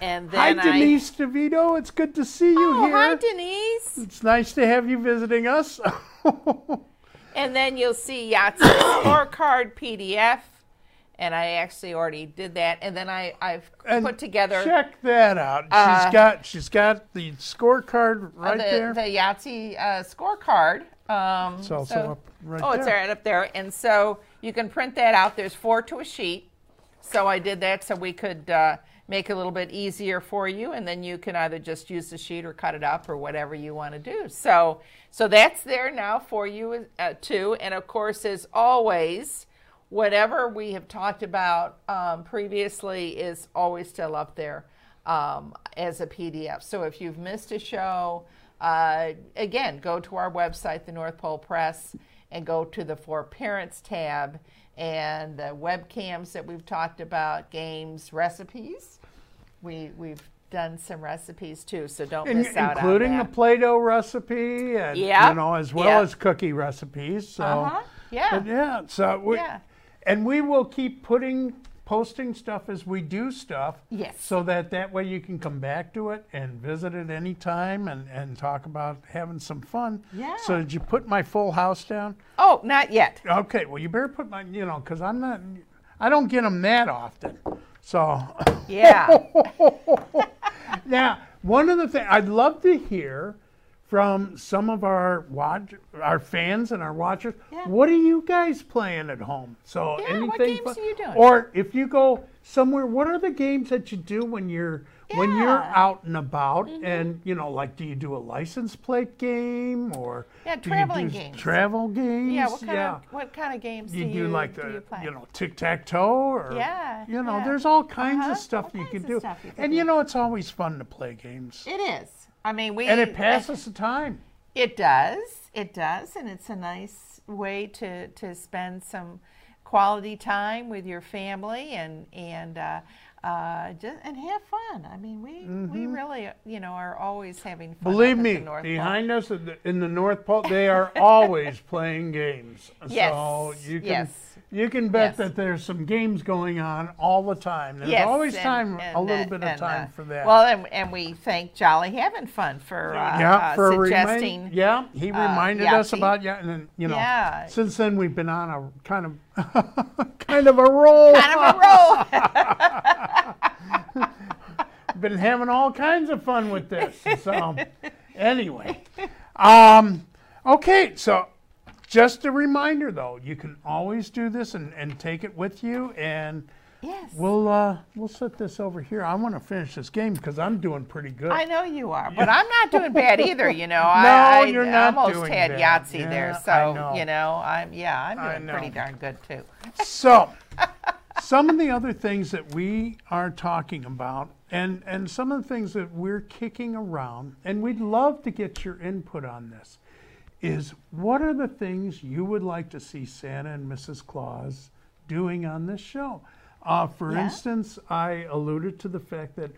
Speaker 1: and
Speaker 2: Hi
Speaker 1: then I.
Speaker 2: Denise DeVito, it's good to see you
Speaker 1: Oh,
Speaker 2: here.
Speaker 1: hi, Denise.
Speaker 2: it's nice to have you visiting us.
Speaker 1: And then you'll see Yahtzee scorecard PDF. And I actually already did that. And then I, I've
Speaker 2: And
Speaker 1: put together
Speaker 2: Check that out.
Speaker 1: Uh,
Speaker 2: she's got she's got the scorecard right
Speaker 1: the,
Speaker 2: there.
Speaker 1: the Yahtzee uh, scorecard. Um,
Speaker 2: It's also up right
Speaker 1: oh, it's
Speaker 2: there.
Speaker 1: right up there. And so you can print that out. There's four to a sheet. So I did that so we could uh, make it a little bit easier for you. And then you can either just use the sheet or cut it up or whatever you want to do. So, so that's there now for you uh, too. And of course, as always, whatever we have talked about um, previously is always still up there um, as a PDF. So if you've missed a show, uh, again, go to our website, the North Pole Press, and go to the For Parents tab and the webcams that we've talked about, games, recipes. We, we've done some recipes too, so don't
Speaker 2: In-
Speaker 1: miss out
Speaker 2: including
Speaker 1: on
Speaker 2: the
Speaker 1: that.
Speaker 2: Play-Doh recipe, and
Speaker 1: Yep,
Speaker 2: you know, as well
Speaker 1: yep.
Speaker 2: as cookie recipes. So,
Speaker 1: Uh-huh, yeah.
Speaker 2: but yeah. So we,
Speaker 1: Yeah.
Speaker 2: and we will keep putting posting stuff as we do stuff.
Speaker 1: Yes.
Speaker 2: So that that way you can come back to it and visit it anytime and and talk about having some fun.
Speaker 1: Yeah.
Speaker 2: So did you put my full house down?
Speaker 1: oh, not yet.
Speaker 2: Okay. Well, you better put my, you know, because I'm not, I don't get them that often. So.
Speaker 1: Yeah.
Speaker 2: Now, one of the things I'd love to hear from some of our watch, our fans and our watchers.
Speaker 1: Yeah.
Speaker 2: What are you guys playing at home? So
Speaker 1: Yeah,
Speaker 2: anything,
Speaker 1: what games
Speaker 2: fun-
Speaker 1: are you doing?
Speaker 2: or if you go somewhere, what are the games that you do when you're when you're
Speaker 1: Yeah. Mm-hmm.
Speaker 2: out and about? And you know, like, do you do a license plate game or
Speaker 1: Yeah,
Speaker 2: Do you
Speaker 1: traveling
Speaker 2: do
Speaker 1: games.
Speaker 2: Travel games.
Speaker 1: yeah, what kind
Speaker 2: yeah.
Speaker 1: of what kind of games
Speaker 2: you
Speaker 1: do
Speaker 2: do,
Speaker 1: you
Speaker 2: like
Speaker 1: do
Speaker 2: the
Speaker 1: you
Speaker 2: you,
Speaker 1: play?
Speaker 2: know tic tac toe or
Speaker 1: Yeah,
Speaker 2: you know
Speaker 1: yeah.
Speaker 2: there's all kinds
Speaker 1: Uh-huh,
Speaker 2: of stuff
Speaker 1: all
Speaker 2: you
Speaker 1: kinds
Speaker 2: can
Speaker 1: of
Speaker 2: do
Speaker 1: stuff you can
Speaker 2: and
Speaker 1: do.
Speaker 2: you know it's always fun to play games
Speaker 1: It is. I mean, we
Speaker 2: and it passes the time
Speaker 1: It does. It does, and it's a nice way to to spend some quality time with your family and and uh, uh, just and have fun. I mean, we we really you know are always having fun. up
Speaker 2: Mm-hmm. believe
Speaker 1: at
Speaker 2: me
Speaker 1: the North Pole.
Speaker 2: behind us in the, in the north pole they are always playing games
Speaker 1: Yes,
Speaker 2: so you can
Speaker 1: yes.
Speaker 2: you can bet
Speaker 1: Yes.
Speaker 2: that there's some games going on all the time there's
Speaker 1: Yes,
Speaker 2: always
Speaker 1: and-
Speaker 2: time
Speaker 1: and,
Speaker 2: a
Speaker 1: uh,
Speaker 2: little bit of
Speaker 1: and, uh,
Speaker 2: time for that
Speaker 1: Well, and, and we thank Jolly Having Fun for uh,
Speaker 2: yeah,
Speaker 1: uh,
Speaker 2: for
Speaker 1: suggesting. uh,
Speaker 2: remind, yeah, he reminded
Speaker 1: yeah,
Speaker 2: us
Speaker 1: see?
Speaker 2: about yeah, and then, you know,
Speaker 1: Yeah.
Speaker 2: since then we've been on a kind of kind of a roll.
Speaker 1: Kind of a roll.
Speaker 2: been having all kinds of fun with this. So, anyway, um, okay, so just a reminder though, you can always do this and, and take it with you, and
Speaker 1: yes.
Speaker 2: we'll uh, we'll set this over here. I want to finish this game because I'm doing pretty good.
Speaker 1: I know you are, but I'm not doing bad either. You know, no,
Speaker 2: No,
Speaker 1: I, I
Speaker 2: you're not
Speaker 1: almost
Speaker 2: doing
Speaker 1: had
Speaker 2: bad.
Speaker 1: Yahtzee
Speaker 2: Yeah,
Speaker 1: there,
Speaker 2: I
Speaker 1: so
Speaker 2: know.
Speaker 1: you know, I'm yeah, I'm
Speaker 2: I
Speaker 1: doing pretty
Speaker 2: know.
Speaker 1: darn good too.
Speaker 2: So, some of the other things that we are talking about, and, and some of the things that we're kicking around, and we'd love to get your input on this, is what are the things you would like to see Santa and Mrs. Claus doing on this show? Uh, for
Speaker 1: Yeah.
Speaker 2: instance, I alluded to the fact that,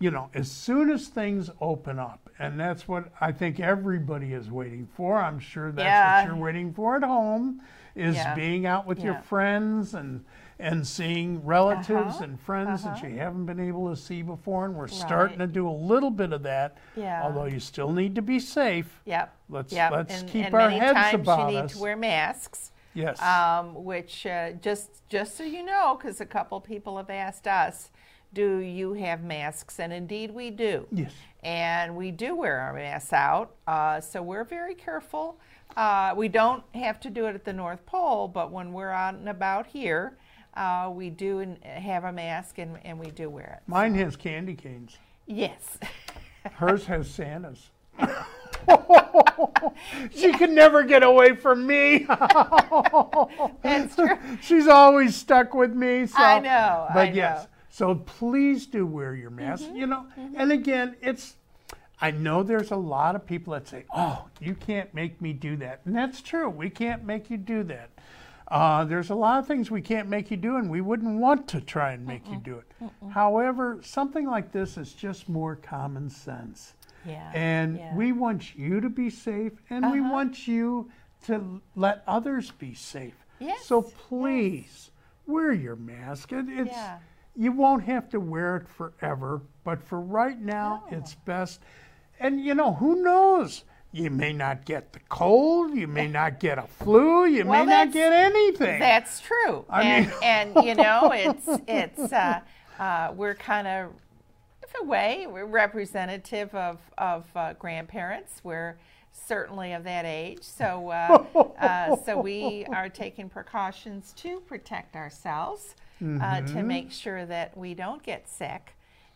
Speaker 2: you know, as soon as things open up, and that's what I think everybody is waiting for. I'm sure that's
Speaker 1: Yeah.
Speaker 2: what you're waiting for at home, is
Speaker 1: Yeah.
Speaker 2: being out with your
Speaker 1: Yeah.
Speaker 2: friends and and seeing relatives
Speaker 1: Uh-huh,
Speaker 2: and friends that you haven't been able to see before and we're starting to do a little bit of that
Speaker 1: Yeah.
Speaker 2: although you still need to be safe
Speaker 1: Yep.
Speaker 2: Let's-
Speaker 1: yep.
Speaker 2: let's
Speaker 1: and,
Speaker 2: keep
Speaker 1: and
Speaker 2: our
Speaker 1: many
Speaker 2: heads
Speaker 1: times
Speaker 2: about
Speaker 1: you need
Speaker 2: us.
Speaker 1: to wear masks.
Speaker 2: yes
Speaker 1: Um, which uh, just just so you know, because a couple people have asked us, do you have masks? And indeed, we do.
Speaker 2: Yes.
Speaker 1: And we do wear our masks out, uh, so we're very careful. Uh, we don't have to do it at the North Pole, but when we're out and about here, uh, we do n- have a mask and, and we do wear it.
Speaker 2: mine has candy canes
Speaker 1: Yes.
Speaker 2: hers has santas she can never get away from me
Speaker 1: That's true.
Speaker 2: she's always stuck with me so
Speaker 1: I know,
Speaker 2: but
Speaker 1: I
Speaker 2: yes
Speaker 1: know. Mm-hmm.
Speaker 2: so please do wear your mask you know and again it's I know there's a lot of people that say, "Oh, you can't make me do that," and that's true. We can't make you do that. Uh, there's a lot of things we can't make you do, and we wouldn't want to try and make you do it. However, something like this is just more common sense,
Speaker 1: Yeah.
Speaker 2: and
Speaker 1: yeah. Uh-huh.
Speaker 2: we want you to be safe, and we want you to let others be safe.
Speaker 1: Yes,
Speaker 2: So
Speaker 1: yes.
Speaker 2: please wear your mask. It, it's
Speaker 1: Yeah.
Speaker 2: you won't have to wear it forever, but for right now, it's best. And you know, who knows? You may not get the cold, you may not get a flu, you
Speaker 1: Well,
Speaker 2: may
Speaker 1: that's-
Speaker 2: not get anything.
Speaker 1: That's true.
Speaker 2: I
Speaker 1: and,
Speaker 2: mean-
Speaker 1: and you know, it's it's uh, uh, we're kind of, in a way, we're representative of of uh, grandparents. We're certainly of that age, so uh, uh, so we are taking precautions to protect ourselves uh, to
Speaker 2: Mm-hmm.
Speaker 1: make sure that we don't get sick.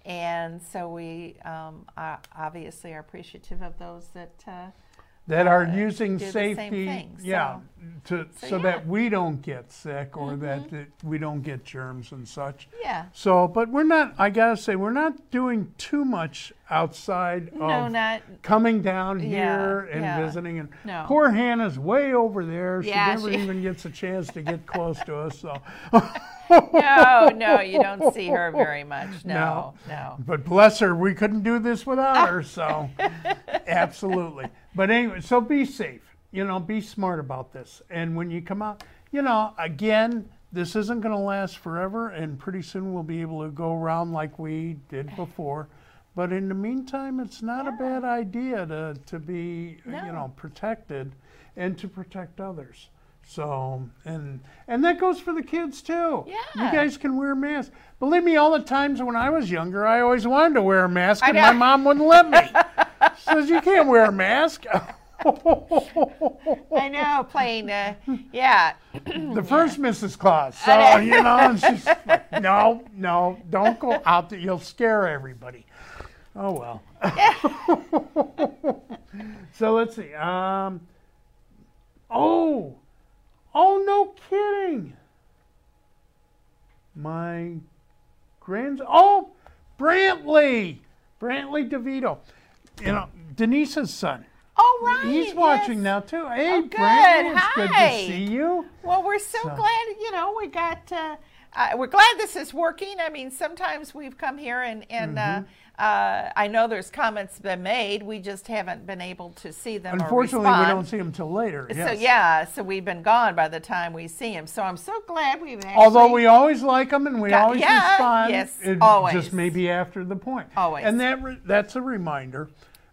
Speaker 1: And so we um, are obviously are appreciative of those that uh,
Speaker 2: that are using
Speaker 1: do the same
Speaker 2: safety,
Speaker 1: thing,
Speaker 2: yeah, to so,
Speaker 1: so Mm-hmm.
Speaker 2: that we don't get sick or that, that we don't get germs and such.
Speaker 1: yeah.
Speaker 2: So, but we're not. I gotta say, we're not doing too much outside
Speaker 1: No,
Speaker 2: of
Speaker 1: not
Speaker 2: coming down
Speaker 1: Yeah,
Speaker 2: here and
Speaker 1: yeah.
Speaker 2: visiting. And
Speaker 1: No.
Speaker 2: poor Hannah's way over there. She
Speaker 1: Yeah,
Speaker 2: never
Speaker 1: she-
Speaker 2: even gets a chance to get close to us. So,
Speaker 1: no, no, you don't see her very much. No, no.
Speaker 2: but bless her, we couldn't do this without her. So, absolutely. But anyway, so be safe. You know, be smart about this. And when you come out, you know, again. This isn't going to last forever, and pretty soon we'll be able to go around like we did before. But in the meantime, it's not a bad idea to, to be, you
Speaker 1: No.
Speaker 2: know, protected and to protect others. So, and and that goes for the kids too. You
Speaker 1: Yeah.
Speaker 2: guys can wear masks. Believe me, all the times when I was younger, I always wanted to wear a mask, and
Speaker 1: know.
Speaker 2: my mom wouldn't let me. She says, You can't wear a mask.
Speaker 1: I know, playing, uh, yeah.
Speaker 2: the first Mrs. Claus. So, you know, and she's like, No, no, don't go out there. You'll scare everybody. Oh, well. so let's see. Um, Oh, oh, no kidding. My grand. Oh, Brantley. Brantley DeVito. You know, Denise's son.
Speaker 1: Oh, right.
Speaker 2: He's
Speaker 1: yes.
Speaker 2: watching
Speaker 1: Oh,
Speaker 2: now, too. Hey,
Speaker 1: good.
Speaker 2: Brantley, it's good
Speaker 1: Hi.
Speaker 2: to see you.
Speaker 1: Well, we're so, glad, you know, we got, uh, uh, we're glad this is working. I mean, sometimes we've come here and, and
Speaker 2: Mm-hmm.
Speaker 1: uh, uh, I know there's comments been made. We just haven't been able to see them. or
Speaker 2: Unfortunately, we
Speaker 1: respond.
Speaker 2: don't see him till later.
Speaker 1: So,
Speaker 2: yes.
Speaker 1: yeah, so we've been gone by the time we see him. So I'm so glad we've actually.
Speaker 2: Although we always like them and we
Speaker 1: Got-
Speaker 2: always
Speaker 1: yeah,
Speaker 2: respond,
Speaker 1: yes,
Speaker 2: it
Speaker 1: always.
Speaker 2: just maybe after the point.
Speaker 1: Always.
Speaker 2: And that re- that's a reminder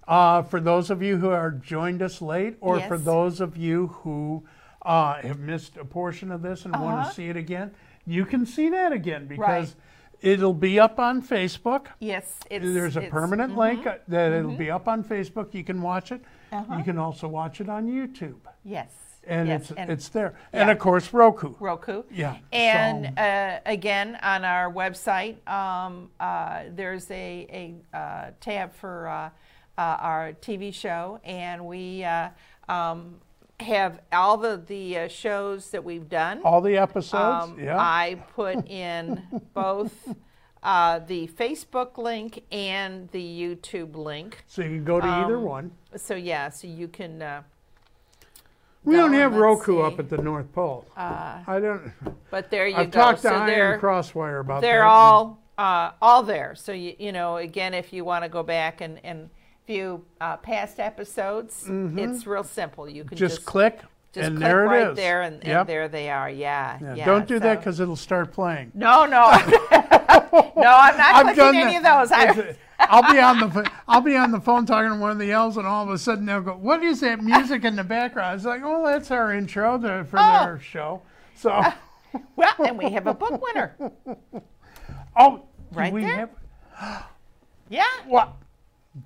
Speaker 2: uh, for those of you who are joined us late, or for
Speaker 1: Yes.
Speaker 2: those of you who uh, have missed a portion of this and
Speaker 1: Uh-huh.
Speaker 2: want to see it again. You can see that again because it'll be up on Facebook.
Speaker 1: Yes, it's.
Speaker 2: There's a
Speaker 1: it's- mm-hmm,
Speaker 2: permanent link uh, that it'll be up on Facebook. You can watch it.
Speaker 1: Uh-huh.
Speaker 2: You can also watch it on YouTube,
Speaker 1: Yes.
Speaker 2: and
Speaker 1: yes,
Speaker 2: it's it's there. And
Speaker 1: yeah.
Speaker 2: of course, Roku.
Speaker 1: Roku.
Speaker 2: Yeah,
Speaker 1: And uh, again, on our website, um, uh, there's a, a uh, tab for uh, uh, our TV show, and we uh, um, have all the, the uh, shows that we've done.
Speaker 2: All the episodes.
Speaker 1: Um,
Speaker 2: yeah.
Speaker 1: I put in both uh, the Facebook link and the YouTube link.
Speaker 2: So you can go to
Speaker 1: um,
Speaker 2: either one.
Speaker 1: So, yeah, so you can. Uh,
Speaker 2: We don't have
Speaker 1: let's
Speaker 2: Roku up
Speaker 1: see.
Speaker 2: at the North Pole. I don't.
Speaker 1: but there you
Speaker 2: I've
Speaker 1: go.
Speaker 2: talked to
Speaker 1: so
Speaker 2: Iron
Speaker 1: there-
Speaker 2: Crosswire about that.
Speaker 1: they're all uh, all there. So you you know again, if you want to go back and and view uh, past episodes, it's real simple. You can
Speaker 2: Mm-hmm. Just,
Speaker 1: just,
Speaker 2: click,
Speaker 1: just
Speaker 2: and
Speaker 1: click
Speaker 2: there
Speaker 1: right
Speaker 2: it is.
Speaker 1: there, and, and
Speaker 2: Yep.
Speaker 1: there they are. Yeah,
Speaker 2: Yeah,
Speaker 1: yeah.
Speaker 2: don't do that
Speaker 1: so-
Speaker 2: because it'll start playing.
Speaker 1: no, no, no. I'm not
Speaker 2: I've done
Speaker 1: clicking any
Speaker 2: that.
Speaker 1: of those. I,
Speaker 2: It's- I'll be on the ph- I'll be on the phone talking to one of the elves, and all of a sudden they'll go, "What is that music in the background?" It's like, "Oh, that's our intro to, for
Speaker 1: Oh.
Speaker 2: their show." So,
Speaker 1: well, and we have a book winner.
Speaker 2: oh, do
Speaker 1: Right
Speaker 2: we
Speaker 1: there?
Speaker 2: have
Speaker 1: Yeah,
Speaker 2: what?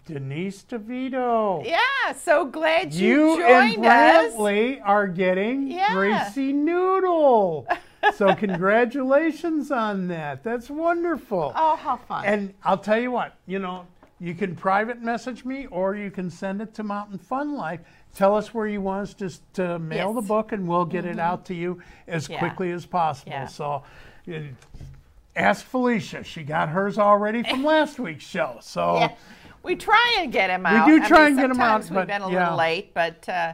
Speaker 2: Denise DeVito.
Speaker 1: yeah. So glad you,
Speaker 2: You and
Speaker 1: joined us.
Speaker 2: Brantley are getting
Speaker 1: Yeah.
Speaker 2: Gracie Noodle. so congratulations on that. That's wonderful.
Speaker 1: Oh, how fun!
Speaker 2: And I'll tell you what, you know, you can private message me or you can send it to Mountain Fun Life. Tell us where you want us to, to mail
Speaker 1: Yes. Mm-hmm.
Speaker 2: the book and we'll get it out to you as
Speaker 1: Yeah.
Speaker 2: quickly as possible.
Speaker 1: Yeah.
Speaker 2: So uh, ask Felicia. She got hers already from last week's show. So
Speaker 1: yeah. We try and get him out.
Speaker 2: do
Speaker 1: I
Speaker 2: try
Speaker 1: mean,
Speaker 2: and get 'em out,
Speaker 1: sometimes We've
Speaker 2: but,
Speaker 1: been a
Speaker 2: yeah.
Speaker 1: little late, but uh, uh,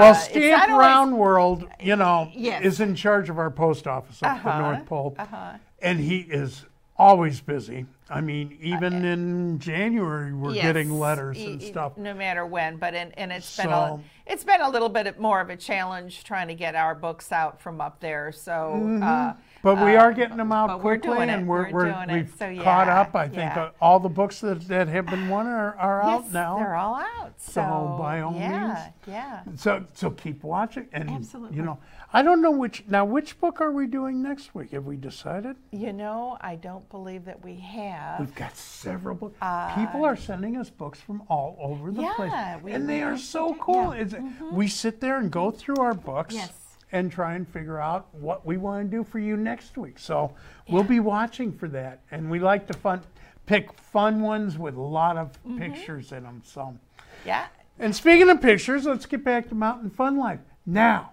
Speaker 2: Well,
Speaker 1: it's not
Speaker 2: Stamp
Speaker 1: always-
Speaker 2: Round World, you know,
Speaker 1: Yes. Uh-huh.
Speaker 2: is in charge of our post office up at the North Pole. And he is always busy. I mean, even in January, we're
Speaker 1: Uh, Yes,
Speaker 2: getting letters
Speaker 1: e-
Speaker 2: and
Speaker 1: e-
Speaker 2: stuff.
Speaker 1: No matter when, but and, and it's been
Speaker 2: So-
Speaker 1: a it's been a little bit more of a challenge trying to get our books out from up there. So, uh,
Speaker 2: But we are getting them out
Speaker 1: but we're
Speaker 2: quickly,
Speaker 1: doing it,
Speaker 2: and we're,
Speaker 1: we're
Speaker 2: we're,
Speaker 1: doing it,
Speaker 2: we've
Speaker 1: so
Speaker 2: caught
Speaker 1: yeah,
Speaker 2: up. I think
Speaker 1: yeah.
Speaker 2: Uh, all the books that, that have been won are, are out
Speaker 1: yes,
Speaker 2: now.
Speaker 1: they're all out. So,
Speaker 2: by all
Speaker 1: yeah, yeah.
Speaker 2: So so keep watching, and
Speaker 1: Absolutely.
Speaker 2: you know, I don't know which now. Which book are we doing next week? Have we decided?
Speaker 1: You know, I don't believe that we have.
Speaker 2: We've got several books. People are sending us books from all over
Speaker 1: Uh,
Speaker 2: the
Speaker 1: Yeah,
Speaker 2: place,
Speaker 1: we-
Speaker 2: and
Speaker 1: we
Speaker 2: they are
Speaker 1: have
Speaker 2: so
Speaker 1: to do-
Speaker 2: cool.
Speaker 1: yeah. Mm-hmm.
Speaker 2: It's- We sit there and go through our books
Speaker 1: Yes.
Speaker 2: and try and figure out what we want to do for you next week. So we'll be watching for that, and we like to fun pick fun ones with a lot of
Speaker 1: Mm-hmm.
Speaker 2: pictures in them. So,
Speaker 1: Yeah.
Speaker 2: and speaking of pictures, let's get back to Mountain Fun Life now.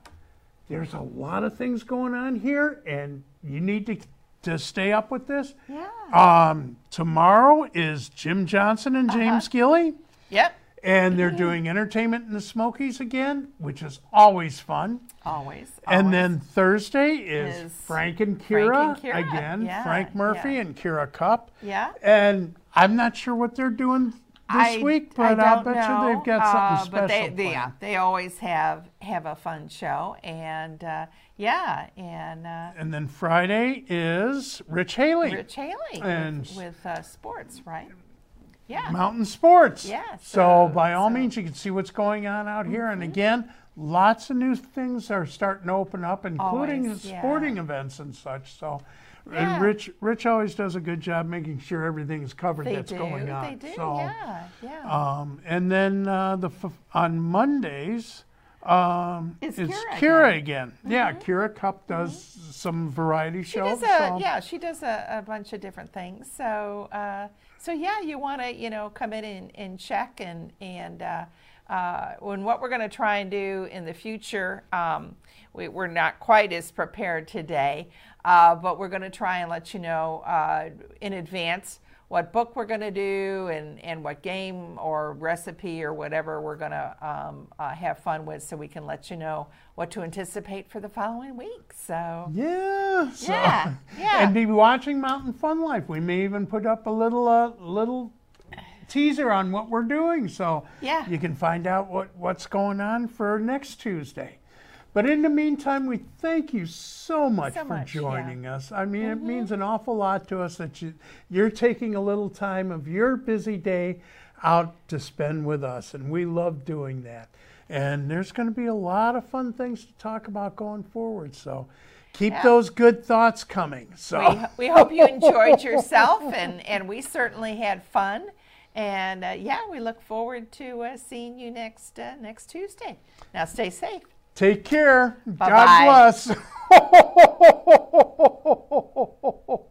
Speaker 2: There's a lot of things going on here, and you need to to stay up with this.
Speaker 1: Yeah.
Speaker 2: Um, tomorrow is Jim Johnson and James
Speaker 1: Uh-huh.
Speaker 2: Gillie,
Speaker 1: Yep.
Speaker 2: and
Speaker 1: Mm-hmm.
Speaker 2: they're doing Entertainment in the Smokies again, which is always fun.
Speaker 1: Always.
Speaker 2: And
Speaker 1: always.
Speaker 2: then Thursday is,
Speaker 1: Is
Speaker 2: Frank and Kira,
Speaker 1: Frank and Kira,
Speaker 2: again,
Speaker 1: yeah,
Speaker 2: Frank Murphy
Speaker 1: yeah.
Speaker 2: and Kira Cup.
Speaker 1: Yeah.
Speaker 2: And I'm not sure what they're doing this
Speaker 1: I-
Speaker 2: week,
Speaker 1: I
Speaker 2: but I,
Speaker 1: don't
Speaker 2: bet
Speaker 1: know,
Speaker 2: you they've got
Speaker 1: uh,
Speaker 2: something special.
Speaker 1: But they, they, yeah,
Speaker 2: planned.
Speaker 1: they always have have a fun show, and uh, yeah, and uh,
Speaker 2: And then Friday is Rich Haley.
Speaker 1: Rich Haley
Speaker 2: And-
Speaker 1: with, with uh, sports, right? Yeah,
Speaker 2: Mountain sports.
Speaker 1: Yeah,
Speaker 2: So,
Speaker 1: so-
Speaker 2: by all
Speaker 1: uh, so- Mm-hmm.
Speaker 2: means, you can see what's going on out here. And again, lots of new things are starting to open up, including
Speaker 1: Always, yeah.
Speaker 2: sporting events and such. So,
Speaker 1: Yeah.
Speaker 2: and Rich, Rich always does a good job making sure everything's covered
Speaker 1: they
Speaker 2: that's
Speaker 1: do.
Speaker 2: going on.
Speaker 1: They do.
Speaker 2: So,
Speaker 1: yeah, yeah.
Speaker 2: um, and then uh, the f- on Mondays. Um,
Speaker 1: It's Mm-hmm. Kira
Speaker 2: Kira again. Yeah, Kira Cup does some variety
Speaker 1: she
Speaker 2: shows.
Speaker 1: does Mm-hmm. a
Speaker 2: so-
Speaker 1: yeah. She does a, a bunch of different things. So uh, so yeah, you want to you know come in and, and check and and uh, uh, when what we're going to try and do in the future, um, we, we're not quite as prepared today, uh, but we're going to try and let you know uh, in advance what book we're going to do and, and what game or recipe or whatever we're going to um, uh, have fun with so we can let you know what to anticipate for the following week. So,
Speaker 2: Yeah. so-
Speaker 1: Yeah, yeah.
Speaker 2: And be watching Mountain Fun Life. We may even put up a little uh, little teaser on what we're doing, so
Speaker 1: Yeah.
Speaker 2: you can find out what what's going on for next Tuesday. But in the meantime, we thank you so much
Speaker 1: So
Speaker 2: for
Speaker 1: much, yeah.
Speaker 2: joining us. I mean,
Speaker 1: Mm-hmm.
Speaker 2: it means an awful lot to us that you you're taking a little time of your busy day out to spend with us, and we love doing that. And there's going to be a lot of fun things to talk about going forward. So keep
Speaker 1: Yeah.
Speaker 2: those good thoughts coming. So
Speaker 1: we, we hope you enjoyed yourself and, and we certainly had fun. And uh, yeah, we look forward to uh, seeing you next uh, next Tuesday. Now, stay safe.
Speaker 2: Take care.
Speaker 1: Bye-bye.
Speaker 2: God bless.